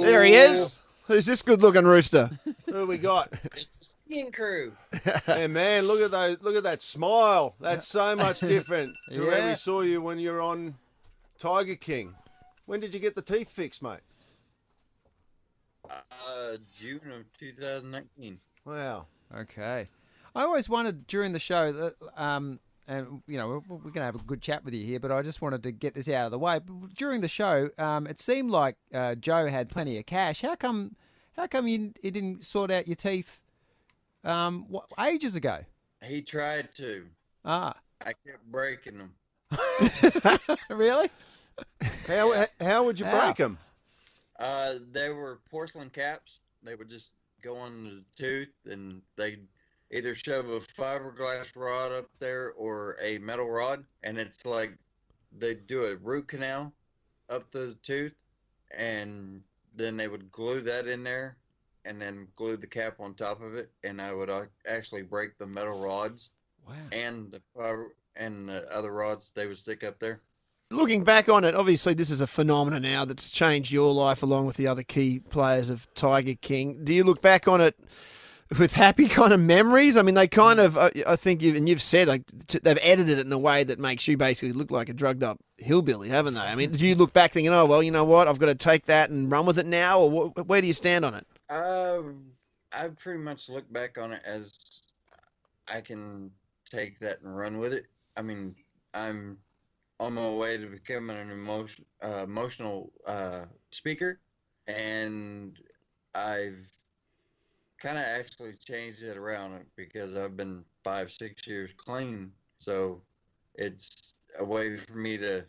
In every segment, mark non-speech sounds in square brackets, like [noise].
There he is. Who's this good-looking rooster? Who we [laughs] got? It's the skin crew. and man, look at those, look at that smile. That's so much [laughs] different to where Yeah. we saw you when you're on Tiger King. When did you get the teeth fixed, mate? Uh, June of 2019. Wow. Okay. I always wondered during the show that, um, and you know, we're, we're going to have a good chat with you here, but I just wanted to get this out of the way. But During the show, um, it seemed like uh, Joe had plenty of cash. How come? How come you, you didn't sort out your teeth um, wh- ages ago? He tried to. Ah, [laughs] I kept breaking them. really? How h- how would you break 'em? How? break them? Uh, they were porcelain caps. They would just go on the tooth, and they'd either shove a fiberglass rod up there or a metal rod, and it's like they do a root canal up the tooth, and then they would glue that in there, and then glue the cap on top of it, and I would uh, actually break the metal rods Wow. and the fiber and the other rods they would stick up there. Looking back on it, obviously this is a phenomenon now that's changed your life along with the other key players of Tiger King. Do you look back on it with happy [laughs] kind of memories? I mean, they kind of, uh, I I think, you and you've said like t- they've edited it in a way that makes you basically look like a drugged up hillbilly, haven't they? I mean, do you look back thinking, oh well, you know what, I've got to take that and run with it now, or wh- where do you stand on it? Uh, I pretty much look back on it as I can take that and run with it. I mean, I'm on my way to becoming an emotion, uh, emotional uh, speaker, and I've kind of actually changed it around because I've been five, six years clean. So it's a way for me to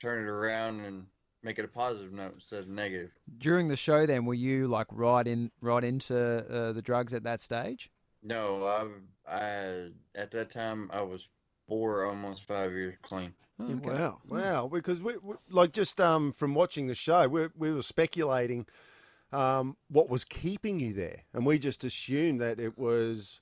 turn it around and make it a positive note instead of negative. During the show, then were you like right in, right into uh, the drugs at that stage? No, I, I at that time I was four, almost five years clean. Oh, okay. Wow. Wow, because we, we like just um, from watching the show, we we were speculating um, what was keeping you there, and we just assumed that it was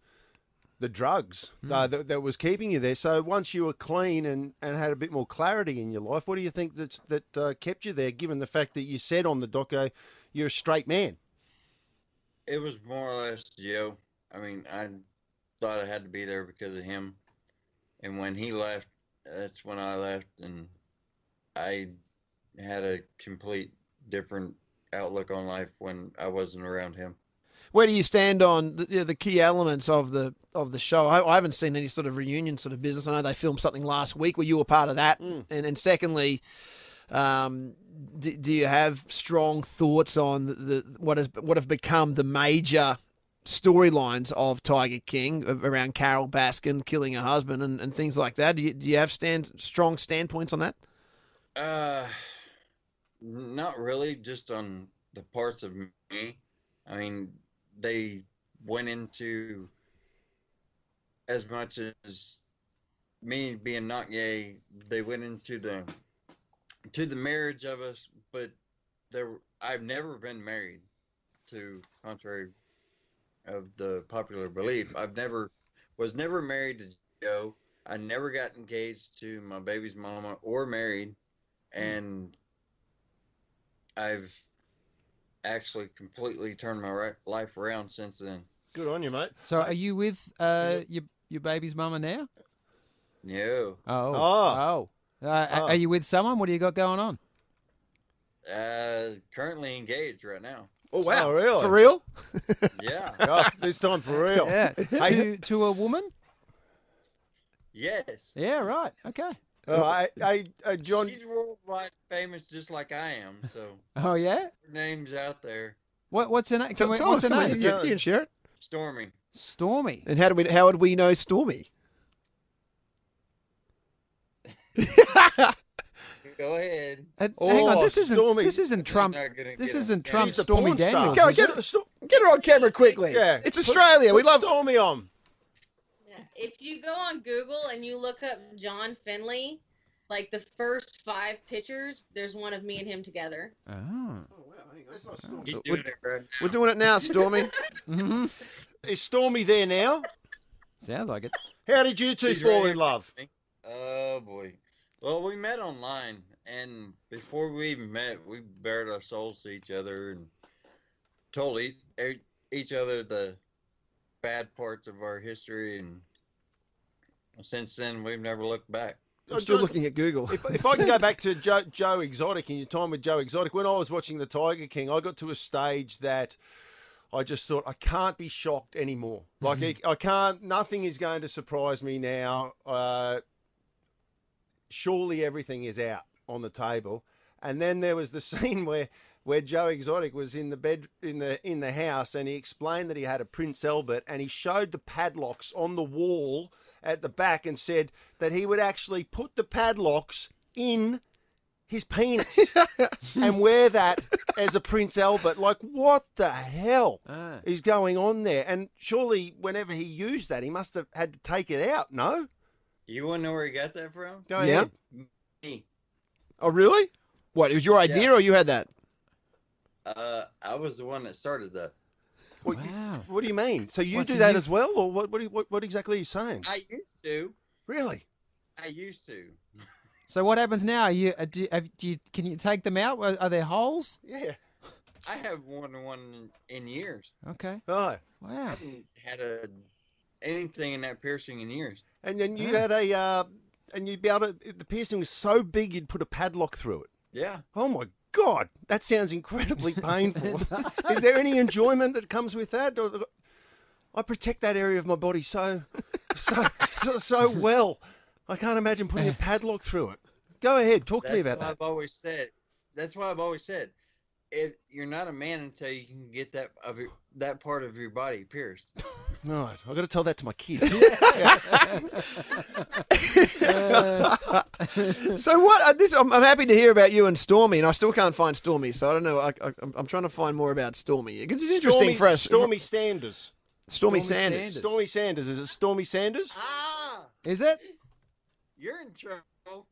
the drugs uh, that, that was keeping you there. So once you were clean and, and had a bit more clarity in your life, what do you think that's, that uh, kept you there? Given the fact that you said on the doco, you're a straight man. It was more or less Joe. I mean, I thought I had to be there because of him, and when he left, that's when I left, and I had a complete different outlook on life when I wasn't around him. Where do you stand on the, you know, the key elements of the of the show? I, I haven't seen any sort of reunion sort of business. I know they filmed something last week where you were part of that. Hmm. And and secondly, um, do, do you have strong thoughts on the, the what has what have become the major storylines of Tiger King a- around Carol Baskin killing her husband and, and things like that? Do you, do you have stand strong standpoints on that? Uh, not really. Just on the parts of me. I mean, they went into as much as me being not gay. They went into the to the marriage of us, but there I've never been married. To contrary of the popular belief, I've never was never married to Joe. I never got engaged to my baby's mama or married and I've actually completely turned my ri- life around since then. Good on you, mate. So are you with uh, your your baby's mama now? No, Oh. Oh. Oh. Uh, Oh. Are you with someone? What do you got going on? uh, currently engaged right now. Oh wow, really? For real? Yeah, [laughs] Oh, this time for real. Yeah. to, to a woman? yes. Yeah, right. Okay. Oh, I, I, uh, John. She's worldwide famous just like I am, so Oh, yeah? her name's out there. What, what's her name? Can we, Tell what's her us, come on, name? You, you can share it. Stormy. Stormy. Uh, And how do we how would we know Stormy? [laughs] Go ahead. Uh, hang on, Oh, this isn't Stormy. this isn't [laughs] Trump. not gonna This get isn't it. Trump. She's the Stormy porn star. Daniels. Go is get it? her, get her on camera quickly. Yeah, it's Put- Australia. we put love Stormy on. Yeah. If you go on Google and you look up John Finley, like the first five pictures, there's one of me and him together. Oh. He's doing it right now. We're doing it [laughs] now, Stormy. hmm Is Stormy there now? Sounds like it. How did you two She's fall right in love? Oh boy. Well, we met online, and before we even met, we bared our souls to each other, and told e- e- each other the bad parts of our history, and since then we've never looked back. I'm still looking at Google. If, if I can go back to Joe, Joe Exotic and your time with Joe Exotic, when I was watching The Tiger King, I got to a stage that I just thought I can't be shocked anymore. Like I, I can't. Nothing is going to surprise me now. Uh, surely everything is out on the table. And then there was the [laughs] scene where where Joe Exotic was in the bed in the in the house and he explained that he had a Prince Albert and he showed the padlocks on the wall at the back and said that he would actually put the padlocks in his [laughs] penis and wear that as a Prince Albert. Like what the hell Ah. is going on there? And surely whenever he used that he must have had to take it out, no? You want to know where he got that from? Go Yeah. ahead. Me. [laughs] oh, really? What? It was your idea, or you had that? Uh, I was the one that started that. Well, you- Wow. What do you mean? So you What's do the that new- as well, or what? What, do you- what? what exactly are you saying? I used to. Really? I used to. So what happens now? You uh, do, have, do you can you take them out? Are, are there holes? Yeah. I have worn one in, in years. Okay. Oh, I Wow. haven't had a anything in that piercing in years. and then you Yeah. had a, uh, and you'd be able to. The piercing was so big, you'd put a padlock through it. Yeah. Oh my god, that sounds incredibly [laughs] painful. Is there any enjoyment that comes with that? Or- I protect that area of my body so, so, so, so well. I can't imagine putting a padlock through it. Go ahead, talk to me That's about why that. I've always said. That's why I've always said, if you're not a man until you can get that of your, that part of your body pierced. No, I've got to tell that to my kids. so what? Uh, this I'm, I'm happy to hear about you and Stormy, and I still can't find Stormy. So I don't know. I, I, I'm, I'm trying to find more about Stormy. It's interesting Stormy, for us. Stormy Sanders. Stormy, Stormy Sanders. Sanders. Stormy Sanders. Is it Stormy Sanders? Ah, Is it? you're in trouble.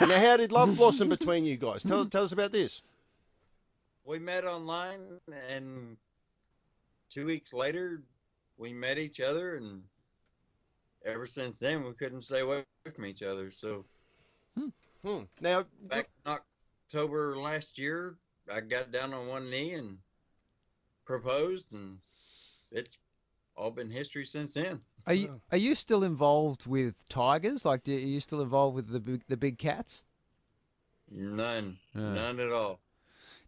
now, how did love blossom between you guys? Tell, tell us about this. [laughs] we met online, and two weeks later, we met each other, and ever since then, we couldn't stay away from each other. So Hmm. Now, back in October last year, I got down on one knee and proposed, and it's all been history since then. Are you are you still involved with tigers? Like, do, are you still involved with the big, the big cats? None, Yeah. none at all.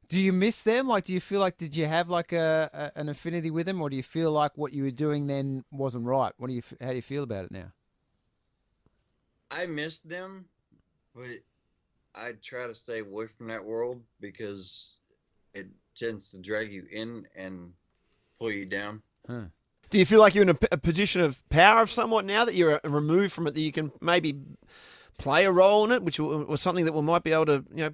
Do you miss them? Like, do you feel like did you have like a, a an affinity with them, or do you feel like what you were doing then wasn't right? What do you f- how do you feel about it now? I miss them, but I try to stay away from that world because it tends to drag you in and pull you down. Do you feel like you're in a, p- a position of power of somewhat now that you're uh, removed from it, that you can maybe play a role in it, which will- was something that we might be able to, you know,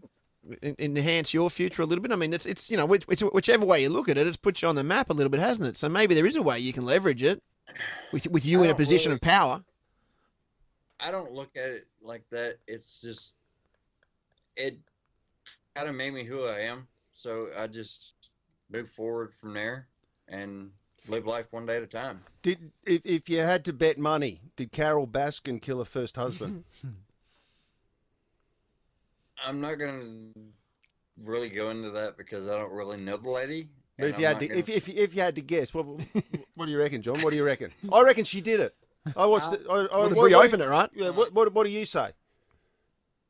en- enhance your future a little bit? I mean, it's it's you know, which, which, whichever way you look at it, it's put you on the map a little bit, hasn't it? So maybe there is a way you can leverage it with with I you in a don't position really- of power. I don't look at it like that. It's just it kind of made me who I am. So I just move forward from there and live life one day at a time. did if, if you had to bet money, did Carol Baskin kill her first husband? I'm not gonna really go into that because I don't really know the lady. But and if you I'm had not to, gonna- if, if, if you had to guess, what what do you reckon, John? What do you reckon? I reckon she did it. I watched. it. I, I, Well, what- if we what- open it, right? Yeah. What, what what do you say?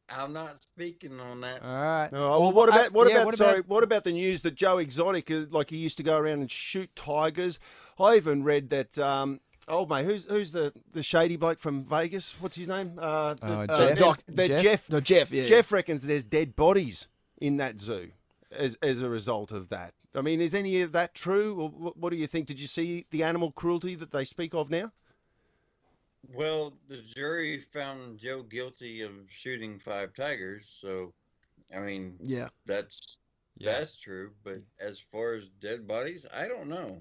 I'm not speaking on that. All right. No, well, Uh, what about what yeah, about what about- sorry? What about the news that Joe Exotic, uh, like he used to go around and shoot tigers? I even read that. Um, oh mate, who's who's the the shady bloke from Vegas? What's his name? Uh, the, Uh, Jeff. Doc- Jeff. the Jeff? Jeff. No, Jeff. Yeah. Jeff reckons there's dead bodies in that zoo as as a result of that. I mean, is any of that true? Or what, what do you think? Did you see the animal cruelty that they speak of now? Well, the jury found Joe guilty of shooting five tigers, so I mean Yeah. that's that's true. But as far as dead bodies, I don't know.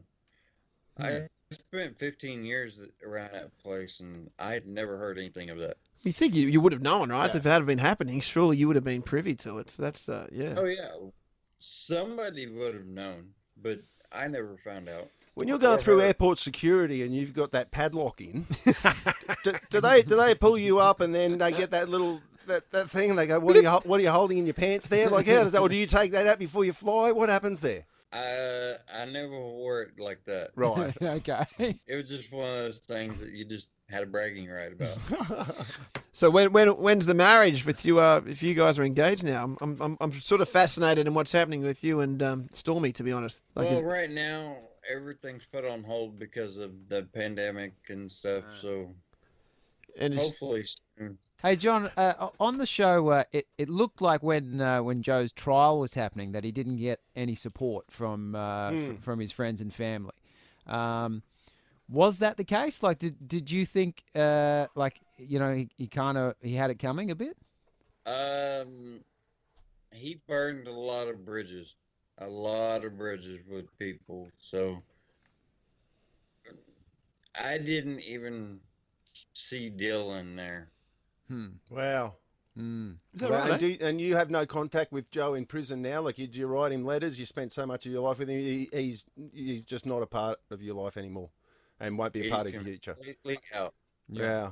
I spent 15 years around that place, and I had never heard anything of that. You think you, you would have known, right? If it had been happening, surely you would have been privy to it. So that's uh, yeah. Oh yeah, somebody would have known, but I never found out. When you're going through airport security and you've got that padlock in, do, do they do they pull you up and then they get that little that, that thing? And they go, what are you hol- what are you holding in your pants there? Like how does that? Or do you take that out before you fly? What happens there? I I never wore it like that. [laughs] Right. okay. It was just one of those things that you just had a bragging right about. So when when when's the marriage with you? Uh, if you guys are engaged now, I'm- I'm I'm, I'm sort of fascinated in what's happening with you and um, Stormy. To be honest, like well, is- right now everything's put on hold because of the pandemic and stuff. So and is- hopefully soon. Hey John, uh, on the show, uh, it it looked like when uh, when Joe's trial was happening that he didn't get any support from uh, Hmm. fr- from his friends and family. Um, was that the case? Like, did did you think uh, like you know he, he kind of he had it coming a bit? Um, he burned a lot of bridges, a lot of bridges with people. So I didn't even see Dylan there. Hmm. [laughs] wow. Mm. is that Well, right? and, do, and you have no contact with Joe in prison now. Like, you, do you write him letters? You spent so much of your life with him. He, he's he's just not a part of your life anymore, and won't be a He's part of your com- future. Completely out, Yeah.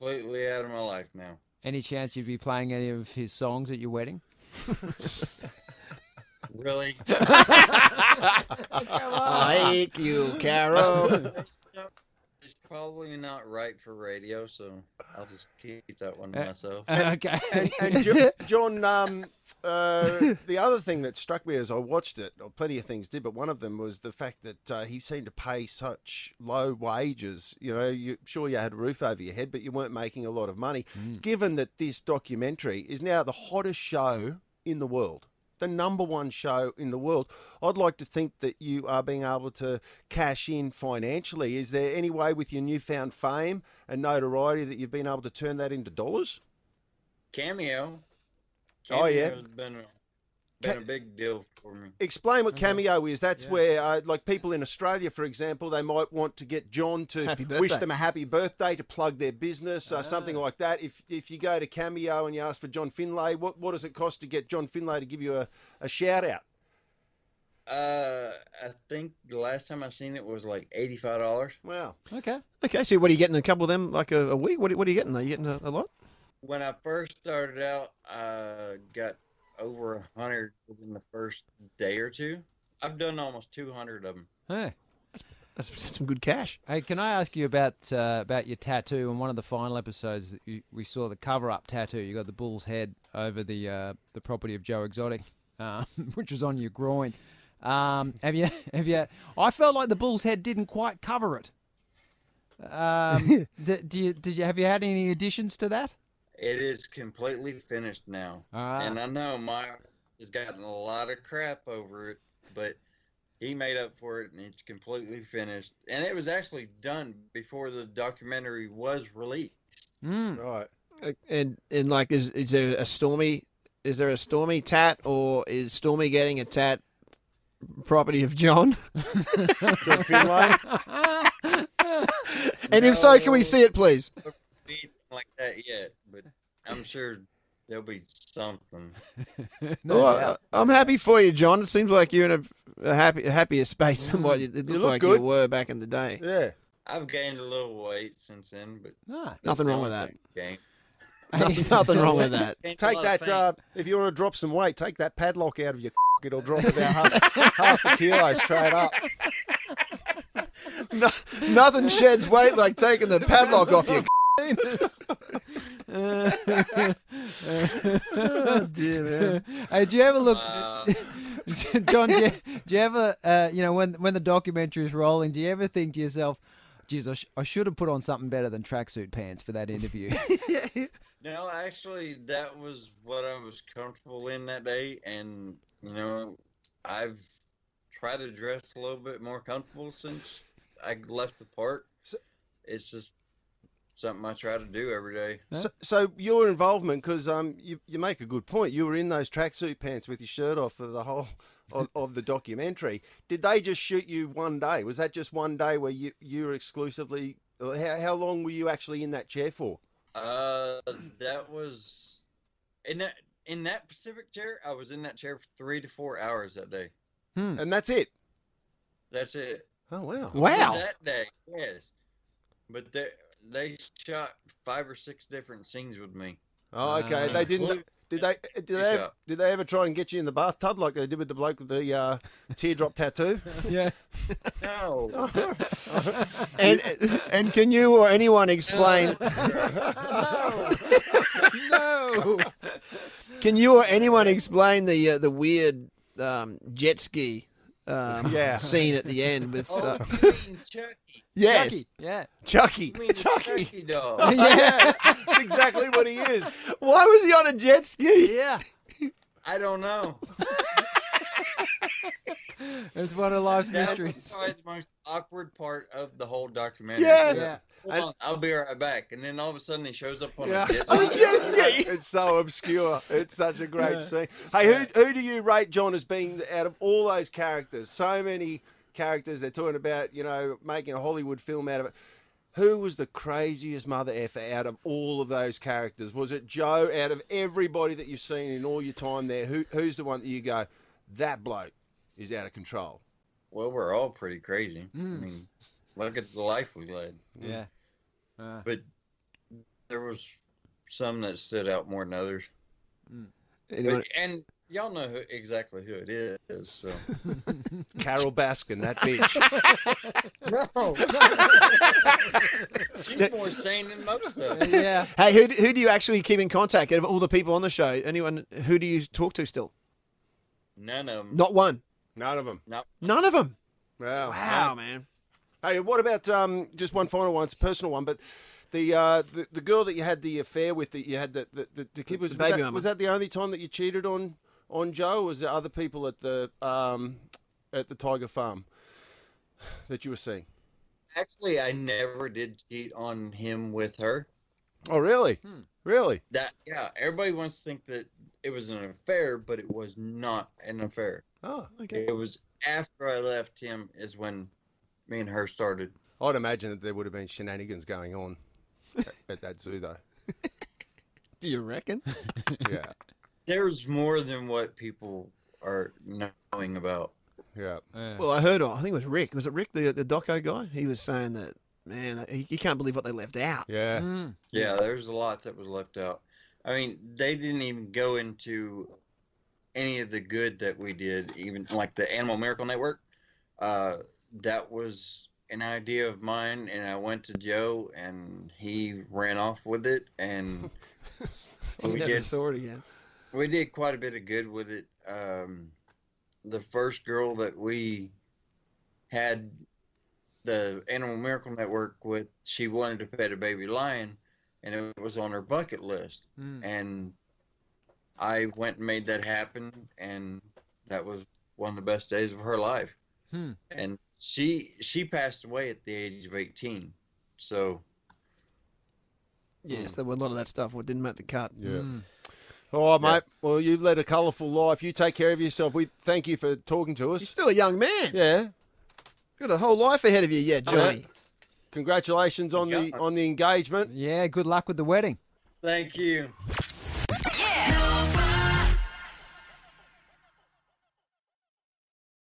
completely out of my life now. Any chance you'd be playing any of his songs at your wedding? [laughs] Really? [laughs] Ah. like [laughs] you, Carol. It's probably not right for radio, so I'll just keep that one to Uh, Eh. myself. [laughs] okay. And, and Jo- John, um, uh, the other thing that struck me as I watched it, or plenty of things did, but one of them was the fact that uh, he seemed to pay such low wages. You know, you sure you had a roof over your head, but you weren't making a lot of money. Hmm. Given that this documentary is now the hottest show in the world. The number one show in the world. I'd like to think that you are being able to cash in financially. Is there any way with your newfound fame and notoriety that you've been able to turn that into dollars? Cameo. Oh, yeah. Cameo's been a, been a big deal for me. explain what cameo is. That's Yeah. where, uh, like people in Australia, for example, they might want to get John [laughs] to Happy wish birthday. them a happy birthday to plug their business, uh, something like that. If if you go to cameo and you ask for John Finlay, what what does it cost to get John Finlay to give you a, a shout out? Uh, I think the last time I seen it was like eighty-five dollars. Wow, okay. okay, so what are you getting? A couple of them, like a, a week? What, are- what are you getting? Are you getting a, a lot? When I first started out, I got over a hundred within the first day or two. I've done almost two hundred of them. Huh. That's, that's some good cash. Hey, can I ask you about uh, about your tattoo? In one of the final episodes, that you, we saw the cover-up tattoo. You got the bull's head over the uh, the property of Joe Exotic, um, [laughs] which was on your groin. Um, have you [laughs] have you? I felt like the bull's head didn't quite cover it. Um, d- do you, did you have you had any additions to that? It is completely finished now. Ah. And I know my has gotten a lot of crap over it, but he made up for it and it's completely finished. And it was actually done before the documentary was released. Mm. right. Uh, And and like, is is there a stormy? Is there a stormy tat, or is Stormy getting a tat? Property of John, [laughs] John Uh, Finlay. mm. [laughs] and if so, can we see it, please? Anything like that yet, but I'm sure there'll be something. No Well, doubt. I, am happy for you, John. It seems like you're in a, a happy, a happier space than what you, it looked look like good. you were back in the day. yeah. I've gained a little weight since then, but Ah. Nothing wrong with that. Game. [laughs] Nothing, nothing wrong with that. Take that. Uh, if you want to drop some weight, take that padlock out of your. [laughs] It'll drop about half, half a kilo straight up. No, nothing sheds weight like taking the padlock off your. dear Hey, do you ever look, Wow. [laughs] John? Do you, do you ever, uh, you know, when when the documentary is rolling, do you ever think to yourself, "Geez, I, sh- I should have put on something better than tracksuit pants for that interview." No, actually, that was what I was comfortable in that day, and you know, I've tried to dress a little bit more comfortable since I left the park. So- it's just something I try to do every day. So, so your involvement, because um, you, you make a good point. You were in those tracksuit pants with your shirt off for the whole [laughs] of, of the documentary. Did they just shoot you one day? Was that just one day where you you were exclusively? or How, how long were you actually in that chair for? Uh, that was in that in that Pacific chair. I was in that chair for three to four hours that day. And that's it. That's it. Hmm. Oh wow! [laughs] Wow. That day, yes. But they they shot five or six different scenes with me. Oh, okay. They didn't. Including Did they did they Uh, Good ever, job. did they ever try and get you in the bathtub like they did with the bloke with the uh, teardrop [laughs] tattoo? Yeah. [laughs] No. And and can you or anyone explain? [laughs] no. Can you or anyone explain the uh, the weird um, jet ski um, Yeah. scene at the end with? Oh, Uh, you mean Chucky? [laughs] yes, Chucky. Yeah. Chucky. You mean Chucky, Chucky. Chucky doll? [laughs] Yeah, that's exactly what he is. Why was he on a jet ski? Yeah. I don't know. It's one of life's That's mysteries. probably the most awkward part of the whole documentary. Yeah. Yeah. Hold on, I'll be right back. And then all of a sudden he shows up on Yeah. [laughs] a jet On a ski. jet ski. It's so obscure. It's such a great scene. Hey, who who do you rate John as being the- out of all those characters? So many characters they're talking about, you know, making a Hollywood film out of it. Who was the craziest mother effer out of all of those characters? Was it Joe out of everybody that you've seen in all your time there? Who who's the one that you go, that bloke is out of control? Well, we're all pretty crazy. Mm. I mean, look at the life we led. Yeah. Uh, But there was some that stood out more than others. Anyone- But- and y'all know who, exactly who it is. So. [laughs] Carol Baskin, that [laughs] bitch. no. She's more sane than most of [laughs] us. yeah. Uh, Hey, who, do- who do you actually keep in contact out of all the people on the show? Anyone who do you talk to still? None of them. Not one. None of them. None of them. Wow. man. Hey, what about um, just one final one? It's a personal one, but the, uh, the the girl that you had the affair with, that you had the the, the, the kid was baby was that, mama. was that the only time that you cheated on on Joe? Or was there other people at the um, at the Tiger Farm that you were seeing? Actually, I never did cheat on him with her. Oh, really? Really? That yeah, everybody wants to think that it was an affair, but it was not an affair. Oh, It was after I left him is when me and her started. I'd imagine that there would have been shenanigans going on at, at that zoo, [laughs] though. Do you reckon? Yeah, There's more than what people are knowing about. yeah. Yeah. [laughs] Well, I heard. I think it was Rick. Was it Rick, the the doco guy? He was saying that. Man, he, he can't believe what they left out. Yeah. Mm. Yeah, there's a lot that was left out. I mean, they didn't even go into any of the good that we did, even like the Animal Miracle Network. Uh, that was an idea of mine, and I went to Joe, and he ran off with it, and I we never did saw it again. we did quite a bit of good with it. Um, the first girl that we had the Animal Miracle Network with, she wanted to pet a baby lion, and it was on her bucket list. Mm. And I went and made that happen, and that was one of the best days of her life. Hmm. And she she passed away at the age of eighteen, so Yes, there were a lot of that stuff. What didn't make the cut. Hmm. Yeah. Mm. All right, Yeah. mate. Well, you've led a colourful life. You take care of yourself. We thank you for talking to You're us. still a young man. Yeah. Got a whole life ahead of you yet, Johnny. Congratulations on the Yeah. on the engagement. Yeah. Good luck with the wedding. thank you.